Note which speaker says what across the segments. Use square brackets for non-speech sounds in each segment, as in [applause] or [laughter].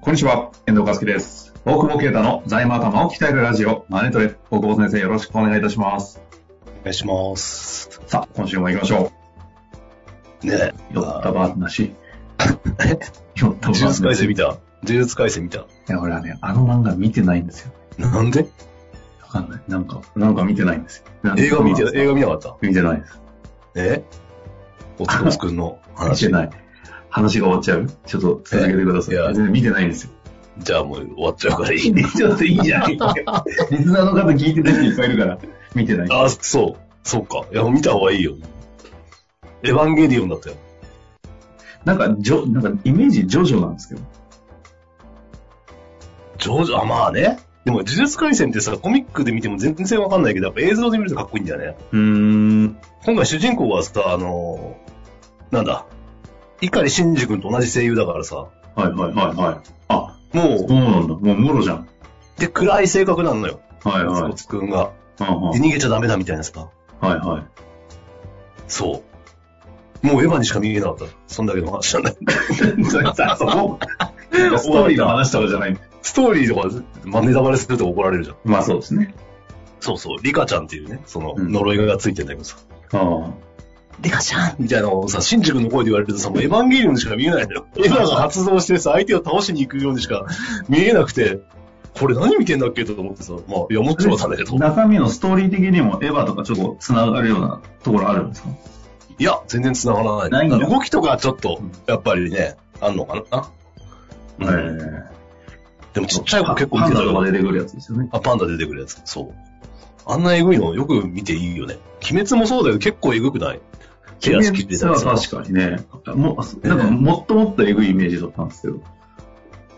Speaker 1: こんにちは、遠藤和樹です。大久保啓太の財務頭を鍛えるラジオ、マネトレ。大久保先生、よろしくお願いいたします。
Speaker 2: お願いします。
Speaker 1: さあ、今週も行きましょ
Speaker 2: ね
Speaker 1: う。酔ったば話。 [laughs]
Speaker 2: え。
Speaker 1: 酔ったば
Speaker 2: 呪術改
Speaker 1: 話。
Speaker 2: 正
Speaker 1: い
Speaker 2: 見た呪術改正見た
Speaker 1: や、俺はね、あの漫画見てないんですよ。
Speaker 2: なんで
Speaker 1: わかんない。なんか、なんか見てないんですよ。なんで
Speaker 2: 映画見て、
Speaker 1: そうなんです
Speaker 2: 映画見なかった
Speaker 1: か見てないです。
Speaker 2: えおつこつくんの
Speaker 1: 見
Speaker 2: 話。
Speaker 1: てない。話が終わっちゃうちょっと続けてください。
Speaker 2: えいや
Speaker 1: 全然見てないんですよ。
Speaker 2: [laughs] じゃあもう終わっちゃうからい
Speaker 1: いい
Speaker 2: い。
Speaker 1: ね、ちょっといいじゃない [laughs] リスナーの方聞いてない人いっぱいいるから、見てない。
Speaker 2: あ、そう。そうか。いや、見た方がいいよ。エヴァンゲリオンだったよ。
Speaker 1: なんか、ジョ、なんか、イメージジョジョなんですけど。
Speaker 2: ジョジョ、あ、まあね。でも、呪術改正ってさ、コミックで見ても全然わかんないけど、やっぱ映像で見るとかっこいいんだよね。
Speaker 1: うーん。
Speaker 2: 今回主人公はさ、あのーなんだ。碇真司君と同じ声優だからさ、
Speaker 1: はいはいはいはい。あ、
Speaker 2: も
Speaker 1: そう
Speaker 2: う、
Speaker 1: なんだ。もう、もろじゃん。
Speaker 2: で、暗い性格なのよ。
Speaker 1: はい
Speaker 2: おつ
Speaker 1: はい。
Speaker 2: こつくんが。
Speaker 1: うんうん
Speaker 2: で、逃げちゃダメだみたいなさ。
Speaker 1: はいはい。
Speaker 2: そう。もうエヴァにしか見えなかった。そんだけの話なんだ。
Speaker 1: それさ、 [laughs] そこ、ストーリーの話とかじゃない。
Speaker 2: ストーリーとか、まあ、ネタバレすると怒られるじゃん。
Speaker 1: まあそうですね。
Speaker 2: そうそう、リカちゃんっていうね、その
Speaker 1: うん
Speaker 2: 呪いがついてんだけどさ、
Speaker 1: ああ。
Speaker 2: リカちゃんみたいなのをさ、新宿の声で言われるとさ、もうエヴァンゲリオンにしか見えない [laughs] のよ。エヴァが発動してさ、相手を倒しに行くようにしか見えなくて、これ何見てんだっけと思ってさ、まあ、いや、もちろんなんだけど。
Speaker 1: 中身のストーリー的にもエヴァとかちょっと繋がるようなところあるんですか
Speaker 2: いや、全然繋がらない。
Speaker 1: ないんだ
Speaker 2: 動きとかちょっと、やっぱりね、あんのかな。うんでもちっちゃい子結構見
Speaker 1: パ
Speaker 2: て
Speaker 1: ン
Speaker 2: た
Speaker 1: ダ
Speaker 2: よ
Speaker 1: とか出てくるやつですよね。
Speaker 2: あ、パンダ出てくるやつ。そう。あんなエグいのよく見ていいよね。鬼滅もそうだけど結構エグくない手足切ってたや
Speaker 1: は
Speaker 2: つ。
Speaker 1: 確かにね。もなんか、もっともっとエグいイメージだったんですけど。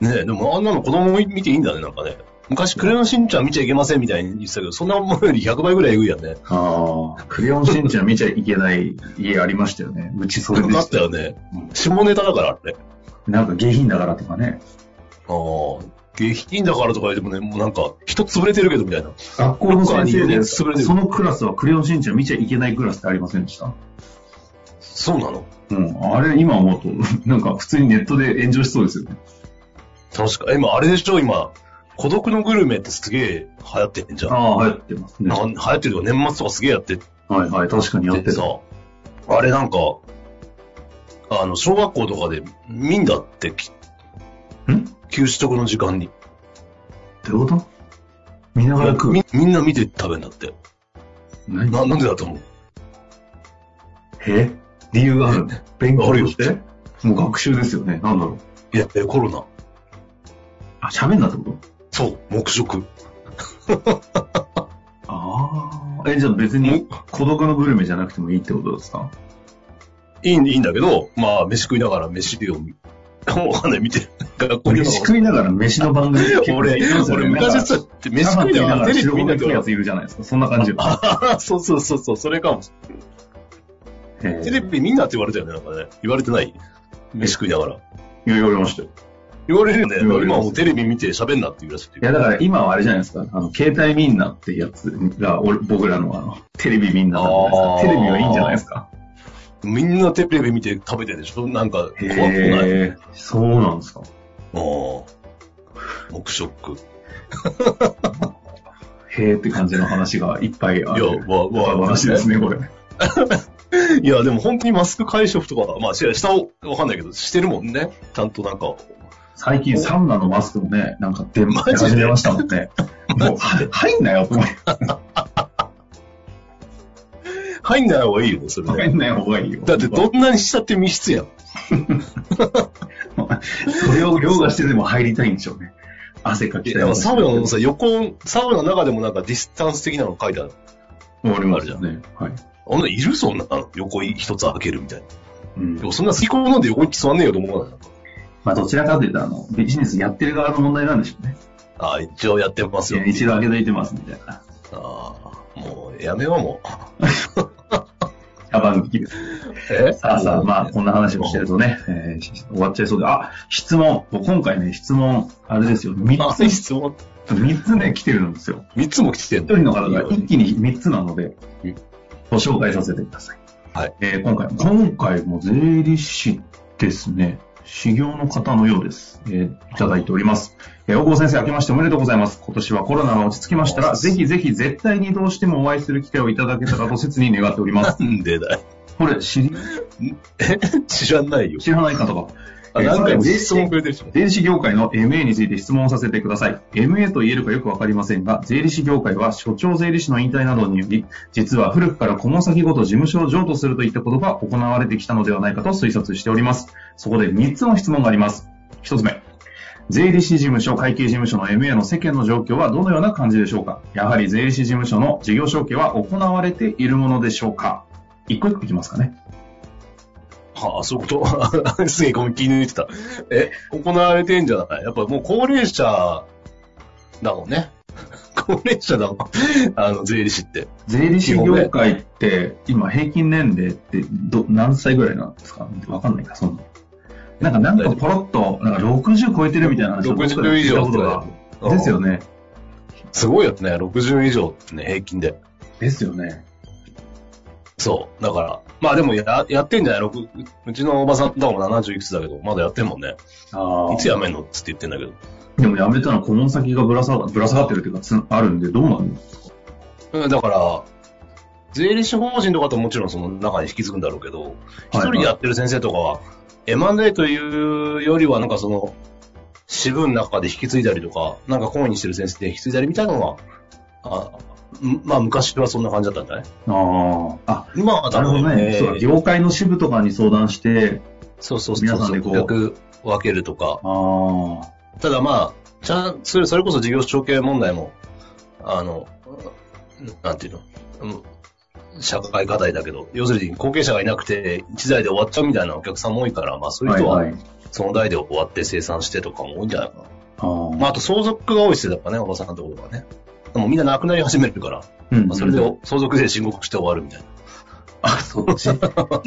Speaker 2: ねえ、でもあんなの子供見ていいんだね、なんかね。昔、クレヨンしんちゃん見ちゃいけませんみたいに言ってたけど、そんなものより100倍ぐらいエグいやんね。
Speaker 1: ああ。 [laughs] クレヨンしんちゃん見ちゃいけない家ありましたよ [laughs] ね。うちそれで
Speaker 2: だ
Speaker 1: し
Speaker 2: った
Speaker 1: た。
Speaker 2: よね
Speaker 1: うん。
Speaker 2: 下ネタだから、あれ。
Speaker 1: なんか下品だからとかね。
Speaker 2: ああ。下品だからとか言ってもね、もうなんか、人潰れてるけどみたいな。
Speaker 1: 学校の先生
Speaker 2: どっかにいる
Speaker 1: で、
Speaker 2: ね
Speaker 1: そ
Speaker 2: 潰れてる
Speaker 1: のクラスはクレヨンしんちゃん見ちゃいけないクラスってありませんでした
Speaker 2: そうなの
Speaker 1: うん、あれ今思うと、なんか普通にネットで炎上しそうですよね。
Speaker 2: 確か。今、あれでしょ今、孤独のグルメってすげえ流行ってんじゃん。
Speaker 1: ああ、流行ってますね。
Speaker 2: なんか流行ってるよ。年末とかすげえやって
Speaker 1: はいはい、確かにやって
Speaker 2: で
Speaker 1: た。
Speaker 2: さ、あれなんか、あの、小学校とかで見んだって、き
Speaker 1: んど
Speaker 2: 給食の時間に。
Speaker 1: ういうこと見ながら食う。
Speaker 2: みみんな見て食べんだって。
Speaker 1: 何
Speaker 2: な、なんでだと思う
Speaker 1: え理由があるの勉強
Speaker 2: あるよ
Speaker 1: してもう学習ですよね。なんだろう。
Speaker 2: いや、えコロナ。
Speaker 1: あ、喋んなってこと
Speaker 2: そう、黙食。
Speaker 1: ああ。え、じゃあ別に
Speaker 2: ん
Speaker 1: 孤独のグルメじゃなくてもいいってことですか
Speaker 2: いい、いいんだけど、まあ、飯食いながら飯を見、わかんな
Speaker 1: [laughs]
Speaker 2: い、見て。学校に
Speaker 1: 飯食いながら飯の番組
Speaker 2: 俺、俺、昔さ、飯
Speaker 1: 飯
Speaker 2: 食
Speaker 1: 食
Speaker 2: い
Speaker 1: いな
Speaker 2: なが
Speaker 1: が
Speaker 2: ら
Speaker 1: らテ
Speaker 2: テレ
Speaker 1: レ
Speaker 2: ビ
Speaker 1: ビ見
Speaker 2: 見んだ
Speaker 1: な
Speaker 2: け
Speaker 1: きゃや
Speaker 2: ど、
Speaker 1: ついるじゃないですか。そんな感じよ。
Speaker 2: [laughs] そうそうそうそう、それかも。
Speaker 1: へー
Speaker 2: テレビ見んなって言われたよね、なんかね。言われてない飯食いながら。
Speaker 1: いや言われましたよ。
Speaker 2: 言われるよね。
Speaker 1: 言われる
Speaker 2: 今はもうテレビ見て喋んなって言うらしい。
Speaker 1: いや、だから今はあれじゃないですか。あの、携帯みんなってやつが、俺僕らのあの、テレビみんななんじゃないですか。
Speaker 2: あー
Speaker 1: テレビはいいんじゃないですか。
Speaker 2: みんなテレビ見て食べてるでしょなんか、怖くない。
Speaker 1: え。そうなんですか。
Speaker 2: もう、黙食。い
Speaker 1: へえって感じの話がいっぱいある。
Speaker 2: や、わ、わ、
Speaker 1: 話ですね、これ。
Speaker 2: [laughs] いや、でも本当にマスク会食とか、まあ、し下をわかんないけど、してるもんね。ちゃんとなんか、
Speaker 1: 最近サウナのマスクもね、なんか出ま
Speaker 2: マジで
Speaker 1: 始めましたもんね。もう、は入んなよ、と思って
Speaker 2: 入んない方がいいよね、それ
Speaker 1: 入
Speaker 2: ね。
Speaker 1: んない方がいいよ。
Speaker 2: だってどんなにしたって密室やん。
Speaker 1: それを凌駕してでも入りたいんでしょうね。汗か
Speaker 2: い
Speaker 1: きたい。
Speaker 2: や、でもサウナのさ、横、サウナの中でもなんかディスタンス的なの書いてある。
Speaker 1: もうありま
Speaker 2: あ
Speaker 1: す
Speaker 2: るじゃ
Speaker 1: よね。はい。
Speaker 2: あんないるそんなの横一つ開けるみたいな。
Speaker 1: うん
Speaker 2: でもそんな好き好んで横に座んねえよと思わないなんか
Speaker 1: まあ、どちらかというと、あの、ビジネスやってる側の問題なんでしょうね。
Speaker 2: ああ、一応やってます
Speaker 1: い
Speaker 2: よ
Speaker 1: や。一度開けといてます、みたいな。
Speaker 2: ああ、もうやめようもう。
Speaker 1: 茶番劇です。
Speaker 2: え
Speaker 1: さあさあ、まあ、こんな話をしてるとね、えー終わっちゃいそうで。あ、質問。もう今回ね、質問、あれですよ。3
Speaker 2: あ、
Speaker 1: つ、
Speaker 2: 質問。
Speaker 1: 三つね、来てるんですよ。
Speaker 2: 三つも来てん
Speaker 1: 一
Speaker 2: の
Speaker 1: 人の方が一気に3つなので
Speaker 2: うん、
Speaker 1: ご紹介させてください。
Speaker 2: はい。
Speaker 1: えー今回、今回も税理士ですね。修行の方のようです。えーいただいております。えー大久保先生、明けましておめでとうございます。今年はコロナが落ち着きましたら、ぜひぜひ絶対にどうしてもお会いする機会をいただけたらと切に願っております。
Speaker 2: なんでだよ。
Speaker 1: これ、知り、
Speaker 2: 知らないよ。
Speaker 1: 知らない方が。
Speaker 2: あ、
Speaker 1: えー
Speaker 2: 何回も
Speaker 1: さて
Speaker 2: 質問くれてるし。
Speaker 1: 税理士業界の MA について質問をさせてください。MA と言えるかよくわかりませんが、税理士業界は所長税理士の引退などにより、実は古くから小物先ごと事務所を譲渡するといったことが行われてきたのではないかと推察しております。そこで3つの質問があります。1つ目。税理士事務所、会計事務所の MA の世間の状況はどのような感じでしょうかやはり税理士事務所の事業承継は行われているものでしょうか一個一個いきますかね。
Speaker 2: はあ、そういうこと [laughs] すげえごめん気抜いてた。え、行われてんじゃないやっぱもう高齢者だもんね。 [laughs] 高齢者だもん。あの、税理士って。
Speaker 1: 税理士業界って、今平均年齢ってど何歳ぐらいなんですかわかんないか、そんな。なんか、なんかポロッと、なんか60超えてるみたいな話を僕ら
Speaker 2: 60以
Speaker 1: 聞い
Speaker 2: 上
Speaker 1: たことが。ですよ
Speaker 2: ね。
Speaker 1: ね。
Speaker 2: すごいよね。60以上ってね、平均で。
Speaker 1: ですよね。
Speaker 2: そう。だから、まあでもややってんじゃない六うちのおばさんとかも70いくつだけど、まだやってんもんね。
Speaker 1: あ
Speaker 2: いつやめんのっつって言ってんだけど。
Speaker 1: でもやめたら顧問先がぶら下がぶら下がってるっていうか、つあるんで、どうなるんですか
Speaker 2: うんだから、税理士法人とかともちろんその中に引き継ぐんだろうけど、一、
Speaker 1: はいはい
Speaker 2: 人やってる先生とかは、M&A というよりはなんかその、支部の中で引き継いだりとか、なんか講義してる先生で引き継いだりみたいなのは、あんまあ昔はそんな感じだったんじゃない
Speaker 1: ああ。あ、
Speaker 2: 今は
Speaker 1: な
Speaker 2: 多
Speaker 1: るほ
Speaker 2: 分
Speaker 1: どね。そうだ業界の支部とかに相談して、
Speaker 2: そうそう
Speaker 1: 皆
Speaker 2: そ
Speaker 1: さん
Speaker 2: うそ
Speaker 1: で
Speaker 2: う、
Speaker 1: こう
Speaker 2: 顧客分けるとか、
Speaker 1: ああ。
Speaker 2: ただまあ、ちゃん、それ、それこそ事業承継問題も、あの、なんていうの、うん社会課題だけど、要するに後継者がいなくて、一代で終わっちゃうみたいなお客さんも多いから、まあそういう人
Speaker 1: は、
Speaker 2: はい
Speaker 1: はい。
Speaker 2: その代で終わって生産してとかも多いんじゃないかな。
Speaker 1: あー
Speaker 2: まああと相続が多いですよ、やっぱね、おばさんのところはね。もうみんな亡くなり始めるから、
Speaker 1: うん
Speaker 2: まあ、それで相続税申告して終わるみたいな。
Speaker 1: あ、そ
Speaker 2: [laughs]
Speaker 1: っち。その
Speaker 2: 個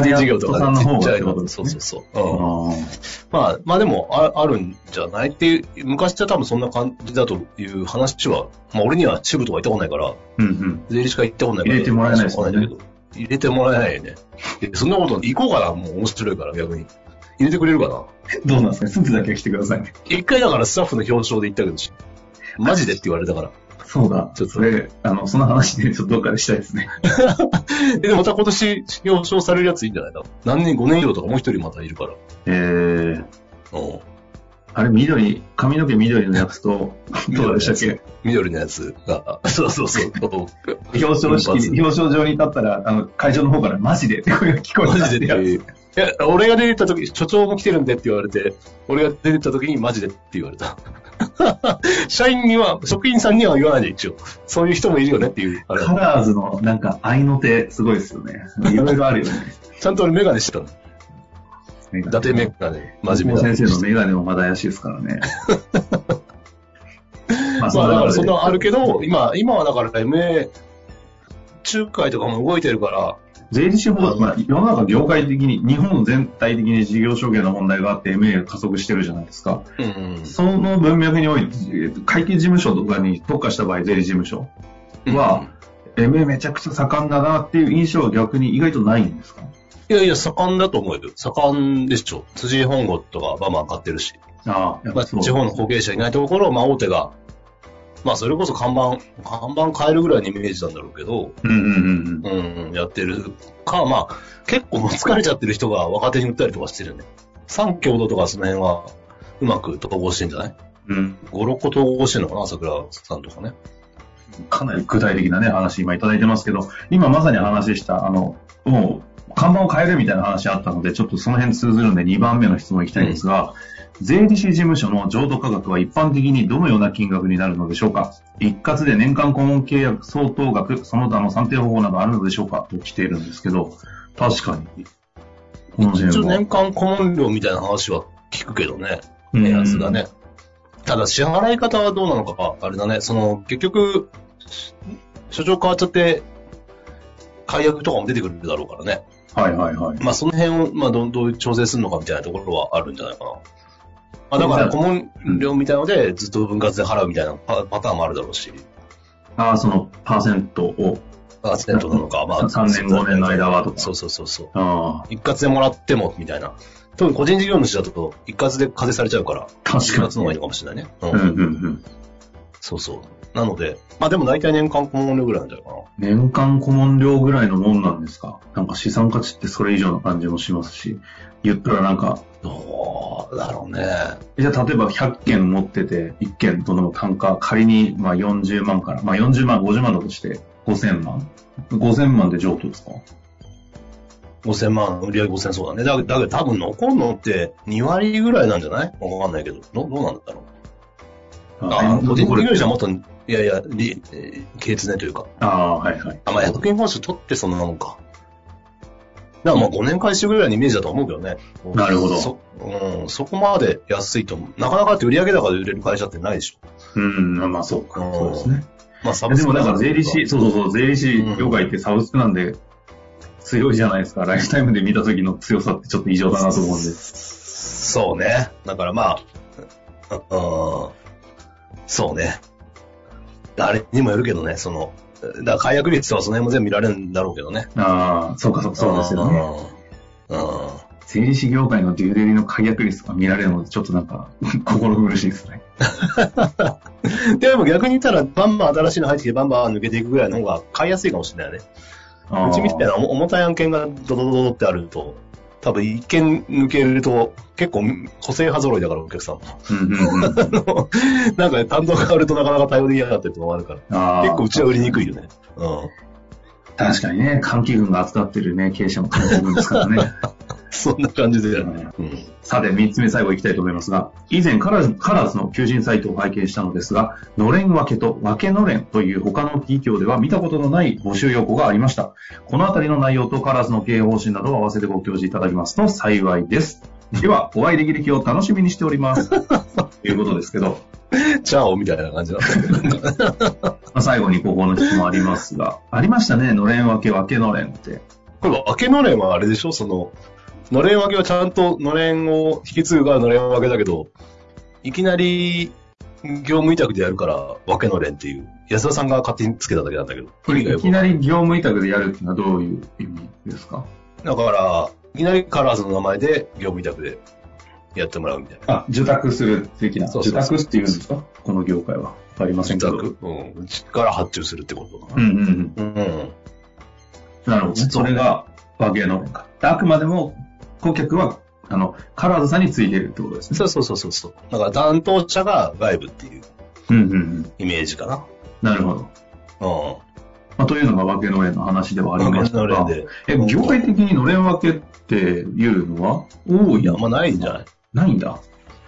Speaker 2: 人事業と
Speaker 1: クライアントさん
Speaker 2: か
Speaker 1: の方が
Speaker 2: ちっちゃい
Speaker 1: ってこと
Speaker 2: の
Speaker 1: です
Speaker 2: そ
Speaker 1: ね
Speaker 2: うそうそ
Speaker 1: あ
Speaker 2: う。うん
Speaker 1: ー
Speaker 2: まあ、まあでもあ、あるんじゃないっていう、昔って多分そんな感じだという話は、まあ俺には支部とか行ったことないから、
Speaker 1: うんうん。
Speaker 2: 税理士会行ったことないから。
Speaker 1: 入れてもらえないですよね
Speaker 2: わかんだけど入れてもらえないよね。えそんなこと、行こうかな、もう面白いから逆に。入れてくれるかな。
Speaker 1: どうなんですかスーツだけは着てくださいね。
Speaker 2: 一回だからスタッフの表彰で行ったけど、マジでって言われたから。 [laughs]
Speaker 1: そうだ。
Speaker 2: ち
Speaker 1: ち
Speaker 2: ょ
Speaker 1: ょ
Speaker 2: っ
Speaker 1: っと
Speaker 2: と
Speaker 1: それ、あの、その話で、 [laughs] ちょっとどっかでしたいですね。
Speaker 2: えでもまた今年表彰されるやついいんじゃないだ何年、5年以上とかもう一人またいるから。
Speaker 1: えー、
Speaker 2: うん。
Speaker 1: あれ、緑、髪の毛緑のやつと、 [laughs] どうでしたっけ
Speaker 2: 緑のやつが、 [laughs] そうそうそう。
Speaker 1: [laughs] 表彰式に、表彰状に立ったら、あの、会場の方からマジでって声が聞こえ
Speaker 2: マ
Speaker 1: た
Speaker 2: ジでっていう。いや、俺が出てった時、所長も来てるんでって言われて、俺が出てった時にマジでって言われた。 [laughs] 社員には、職員さんには言わないで一応。そういう人もいるよねっていう。あれ
Speaker 1: カラーズの、なんか、愛の手、すごいですよね。いろいろあるよね。
Speaker 2: ちゃんと俺メガネしてたの。
Speaker 1: 伊
Speaker 2: 伊達メガネ。真面目だ。
Speaker 1: 先生のメガネもまだ怪しいですから
Speaker 2: [laughs]
Speaker 1: ね。ま
Speaker 2: まあだからそんなのある
Speaker 1: ど。
Speaker 2: けど、今、今はだから MA、仲介とかも動いてるから、
Speaker 1: 税理士法、まあ、世の中業界的に、日本全体的に事業承継の問題があって、MA が加速してるじゃないですか。
Speaker 2: うん
Speaker 1: その文脈において、えっと会計事務所とかに特化した場合、税理事務所
Speaker 2: うん。
Speaker 1: は、MA めちゃくちゃ盛んだなっていう印象は逆に意外とないんですか
Speaker 2: いやいや、盛んだと思うよ。盛んでしょ。辻井本郷とかバンバン買ってるし。
Speaker 1: ああ、やっ
Speaker 2: ま
Speaker 1: ぱ
Speaker 2: あ、
Speaker 1: そう。
Speaker 2: 地方の後継者いないところを、まあ、大手が、まあ、それこそ看板、看板変えるぐらいのイメージなんだろうけど、
Speaker 1: うんうんうん
Speaker 2: うんうん、やってるか、まあ、結構もう疲れちゃってる人が若手に売ったりとかしてるよね。三共同とかその辺は、うまく統合してんじゃない
Speaker 1: うん。うん
Speaker 2: ?5、6個統合してんのかな桜さんとかね。
Speaker 1: かなり具体的なね、話今いただいてますけど、今まさに話した、あの、もう、看板を変えるみたいな話あったので、ちょっとその辺通ずるんで2番目の質問いきたいんですが、税理士事務所の譲渡価格は一般的にどのような金額になるのでしょうか一括で年間顧問契約相当額、その他の算定方法などあるのでしょうかと来ているんですけど、確かに。この
Speaker 2: 一
Speaker 1: 辺
Speaker 2: 応
Speaker 1: は
Speaker 2: 年間顧問料みたいな話は聞くけどね、
Speaker 1: うん
Speaker 2: 目安がね。ただ支払い方はどうなのか、あれだね、その、結局、所長変わっちゃって、解約とかも出てくるだろうからね。
Speaker 1: はいはいはい。
Speaker 2: まあその辺を、まあどう、どう調整するのかみたいなところはあるんじゃないかな。まあだから顧問料みたいので、ずっと分割で払うみたいなパパターンもあるだろうし、
Speaker 1: ああ、そのパーセントを。
Speaker 2: アクセントなのか、まあ
Speaker 1: 3年5年の間はとか
Speaker 2: そうそうそうそう。
Speaker 1: あ
Speaker 2: 一括でもらっても、みたいな。特に個人事業主だと、一括で課税されちゃうから、
Speaker 1: 確かに
Speaker 2: 一括の方がいいのかもしれないね。う
Speaker 1: あ。
Speaker 2: ん。
Speaker 1: うんうんうん。
Speaker 2: そうそう。なので、まあでも大体年間顧問料ぐらいなんじゃないかな。
Speaker 1: 年間顧問料ぐらいのもんなんですかなんか資産価値ってそれ以上な感じもしますし、言ったらなんか、
Speaker 2: どうだろうね。
Speaker 1: じゃあ例えば100件持ってて、1件との単価、仮にまあ40万から、まあ40万、50万だとして、5000万 ?5000 万で譲渡ですか
Speaker 2: 5000万、売り上げ5000そうだね。だだけど多分残るのって2割ぐらいなんじゃないわかんないけど。どどうなんだろう。ああ、個人事業主はもっと、いやいや、りえー経営ねというか。
Speaker 1: ああ、はいはい。
Speaker 2: あ、まあ役員報酬取ってそんなもんか。だからまあ5年回収ぐらいのイメージだと思うけどね。
Speaker 1: なるほど
Speaker 2: そ,、うん、そこまで安いと思う。なかなかって売上高で売れる会社ってないでしょ。
Speaker 1: うん、まあそうか。
Speaker 2: うん
Speaker 1: そうですね。
Speaker 2: まあサ
Speaker 1: いやでもなんか税理士、
Speaker 2: し
Speaker 1: そうそうそう、税理士業界ってサブスクなんで、強いじゃないですか。ライフタイムで見た時の強さってちょっと異常だなと思うんで。
Speaker 2: そうね。だからまあ、うん、そうね。誰にもよるけどね、その、だから解約率とかその辺も全部見られるんだろうけどね。
Speaker 1: ああ、そうかそうか、そうですよね。
Speaker 2: うん。うん
Speaker 1: 税理士業界のデューデリの解約率が見られるので、ちょっとなんか、 [laughs] 心苦しいですね。
Speaker 2: でも逆に言ったら、バンバン新しいの入ってきて、バンバン抜けていくぐらいの方が買いやすいかもしれないよね。うちみたいな重重たい案件がドドドドドってあると、多分一件抜けると、結構個性派揃いだからお客さんも。
Speaker 1: うんうんうん
Speaker 2: あのなんかね、担当変わるとなかなか対応できなかったりとかもあるから。
Speaker 1: あー
Speaker 2: [laughs] 結構うちは売りにくいよね。うん。 [laughs]
Speaker 1: 確かにね、換気群が扱ってるね、経営者の関係群ですから
Speaker 2: [laughs]
Speaker 1: ね。
Speaker 2: そんな感じで。
Speaker 1: う
Speaker 2: うんん。
Speaker 1: さて、三つ目最後行きたいと思いますが、以前カラーズカラーズの求人サイトを拝見したのですが、のれん分けと分けのれんという他の企業では見たことのない募集要項がありました。このあたりの内容とカラーズの経営方針などを合わせてご教示いただきますと幸いです。では、お会いできる日を楽しみにしており
Speaker 2: [laughs]
Speaker 1: ます。ということですけど、
Speaker 2: チャオみたいな感じだ [laughs] った。
Speaker 1: まあ、最後にここの質問ありますが、ありましたね、のれん分け分けのれんって。
Speaker 2: これ、明けのれんはあれでしょその、のれん分けはちゃんとのれんを引き継ぐがのれん分けだけど、いきなり業務委託でやるから、分けのれんっていう。安田さんが勝手につけただけなんだけど。
Speaker 1: これいきなり業務委託でやるってのはどういう意味ですか
Speaker 2: だから、いきなりカラーズの名前で業務委託でやってもらうみたいな。
Speaker 1: あ、受託する的な。
Speaker 2: そうそうそう
Speaker 1: 受託っていうんですかこの業界は。わかりませんけど。
Speaker 2: うん。うちから発注するってことか
Speaker 1: う
Speaker 2: な。
Speaker 1: んうんうん。
Speaker 2: うん。
Speaker 1: なるほど、ね。それが、和芸の面か。あくまでも、顧客は、あの、カラーズさんについているってことですね。
Speaker 2: そうそうそうそうそう。だから担当者が外部っていう
Speaker 1: うんうんうん。
Speaker 2: イメージかな。
Speaker 1: なるほど。
Speaker 2: うん。
Speaker 1: まあ、というのが和芸の面の話ではありました
Speaker 2: 和
Speaker 1: が
Speaker 2: 芸の面で、
Speaker 1: え、業界的にのれん分けっていうのは多い
Speaker 2: いや、
Speaker 1: な
Speaker 2: あんまないんじゃない
Speaker 1: ないんだ。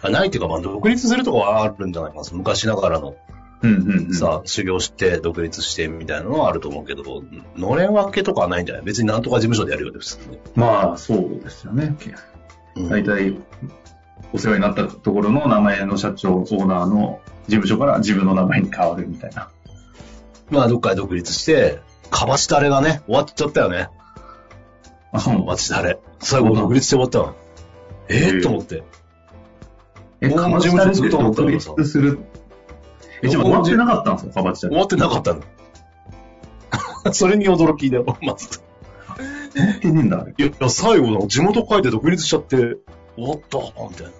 Speaker 2: あないっていうか、まあ、独立するとこはあるんじゃないかな。その昔ながらの
Speaker 1: うんうんうん。
Speaker 2: さ、修行して、独立してみたいなのはあると思うけど、のれん分けとかはないんじゃない別になんとか事務所でやるよね、普通に。
Speaker 1: まあ、そうですよね。
Speaker 2: うん
Speaker 1: 大体、お世話になったところの名前の社長、オーナーの事務所から自分の名前に変わるみたいな。
Speaker 2: まあ、どっかで独立して、かばしたれがね、終わっちゃったよね。
Speaker 1: あ、そう
Speaker 2: かばしたれ。最後、独立して終わったの。え
Speaker 1: へえ
Speaker 2: ー、と思って。
Speaker 1: え、
Speaker 2: 法
Speaker 1: か
Speaker 2: 務
Speaker 1: ば
Speaker 2: 事
Speaker 1: ちたれって
Speaker 2: 務所作ったことあ
Speaker 1: 独
Speaker 2: るのさ
Speaker 1: 立する。え、じゃあ終わってなかったんですか、かばちた
Speaker 2: 終
Speaker 1: れ。
Speaker 2: わってなかったの。 [laughs] それに驚きだよ、まず。
Speaker 1: 終わってねえんだ、あれ。
Speaker 2: いや、いや最後の地元書いて独立しちゃって、終わったみたいな。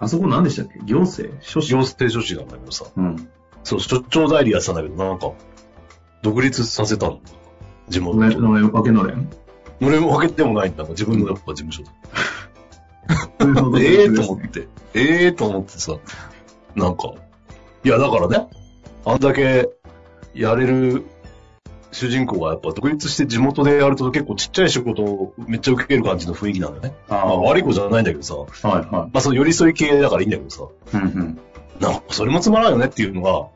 Speaker 1: あそこ何でしたっけ行政書士
Speaker 2: 行政書士なんだけどさ。
Speaker 1: うん。
Speaker 2: そう、出張代理やってたんだけど、なんか、独立させたの。地元
Speaker 1: のれ
Speaker 2: で。
Speaker 1: のれんわけのれん。
Speaker 2: のれん分けでもないんだもん自分のやっぱ事務所で。
Speaker 1: そういうことで [laughs]
Speaker 2: ええ
Speaker 1: すね
Speaker 2: と思って。ええと思ってさ。なんか、いやだからね、あんだけやれる主人公がやっぱ独立して地元でやると結構ちっちゃい仕事をめっちゃ受ける感じの雰囲気なんだよね。
Speaker 1: あー
Speaker 2: まあ、悪い子じゃないんだけどさ、
Speaker 1: はいは
Speaker 2: まあその寄り添い系だからいいんだけどさ、
Speaker 1: い。うんうん。
Speaker 2: なんかそれもつまらないよねっていうのが、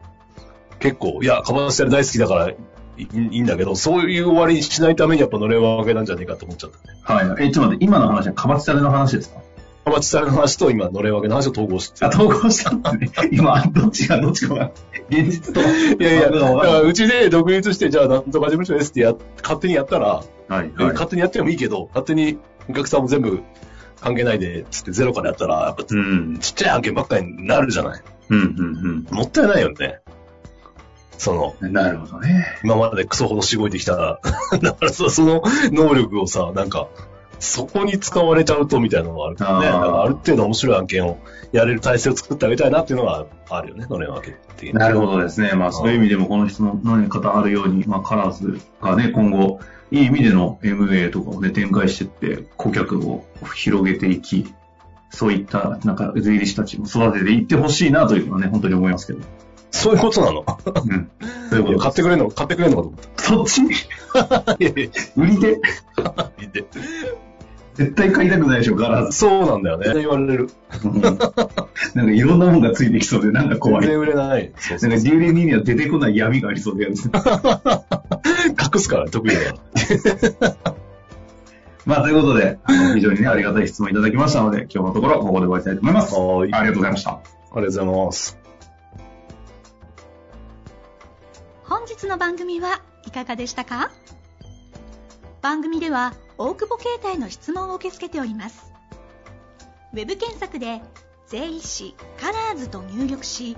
Speaker 2: 結構、いや、かばせる大好きだからいいいいんだけど、そういう終わりにしないためにやっぱのれん分けなんじゃねえかと思っちゃったね。
Speaker 1: はい。え、ちょっと待って、今の話は、かばちたれの話ですか
Speaker 2: かばせるの話と今のれん分けの話を統合して
Speaker 1: あ、。投稿したんですね。 [laughs] 今、どっちがどっちかが、現実と。
Speaker 2: いやいや、だか
Speaker 1: は
Speaker 2: らうちで独立して、じゃあなんとか事務所ですってや、勝手にやったら、
Speaker 1: い、はい。
Speaker 2: 勝手にやってもいいけど、勝手にお客さんも全部関係ないで、つってゼロからやったら、やっぱち
Speaker 1: うん、
Speaker 2: っちゃい案件ばっかりになるじゃない。
Speaker 1: うん、うん、
Speaker 2: もったいないよね。その、
Speaker 1: うん。なるほどね。
Speaker 2: 今までクソほどしごいてきた、だからさ、その能力をさ、なんか、そこに使われちゃうとみたいなのがあるからね。
Speaker 1: あー
Speaker 2: だからある程度面白い案件をやれる体制を作ってあげたいなっていうのがあるよね、のれんわけっていう。
Speaker 1: なるほどですね。まあ、そういう意味でも、この質問の方あるように、まあ、カラーズがね、今後、いい意味での MA とかをね、展開してって、顧客を広げていき、そういった、なんか、税理士たちも育てていってほしいなというのはね、本当に思いますけど。
Speaker 2: そういうことなの。
Speaker 1: うん。そういうこ
Speaker 2: いや
Speaker 1: と
Speaker 2: 買ってくれるの、買ってくれるのかと思っ
Speaker 1: そっち
Speaker 2: た。いやい
Speaker 1: 売り手
Speaker 2: やで
Speaker 1: 絶対買いたくないでしょ、ガラス。
Speaker 2: そうなんだよね。言われる。
Speaker 1: うんなんかいろんなもんがついてきそうで、なんか
Speaker 2: 全
Speaker 1: 怖い。
Speaker 2: 然売れない。そうそ
Speaker 1: な
Speaker 2: うん
Speaker 1: か流麗にには出てこない闇がありそうで、
Speaker 2: 隠すから、得意だか
Speaker 1: まあ、ということで、あの非常にね、ありがたい質問いただきましたので、今日のところ、ここで終わりたいと思います。
Speaker 2: ら。は
Speaker 1: あ
Speaker 2: ー
Speaker 1: り
Speaker 2: い。
Speaker 1: が
Speaker 2: あり
Speaker 1: とうございました。
Speaker 2: がとうございます。
Speaker 3: 本日の番組はいかがでしたか番組では大久保携帯の質問を受け付けておりますウェブ検索で「税理士カラーズと入力し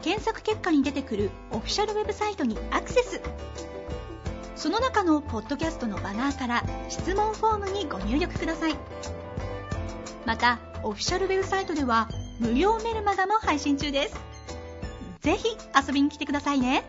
Speaker 3: 検索結果に出てくるオフィシャルウェブサイトにアクセスその中のポッドキャストのバナーから質問フォームにご入力くださいまたオフィシャルウェブサイトでは無料メルマガも配信中ですぜひ遊びに来てくださいね。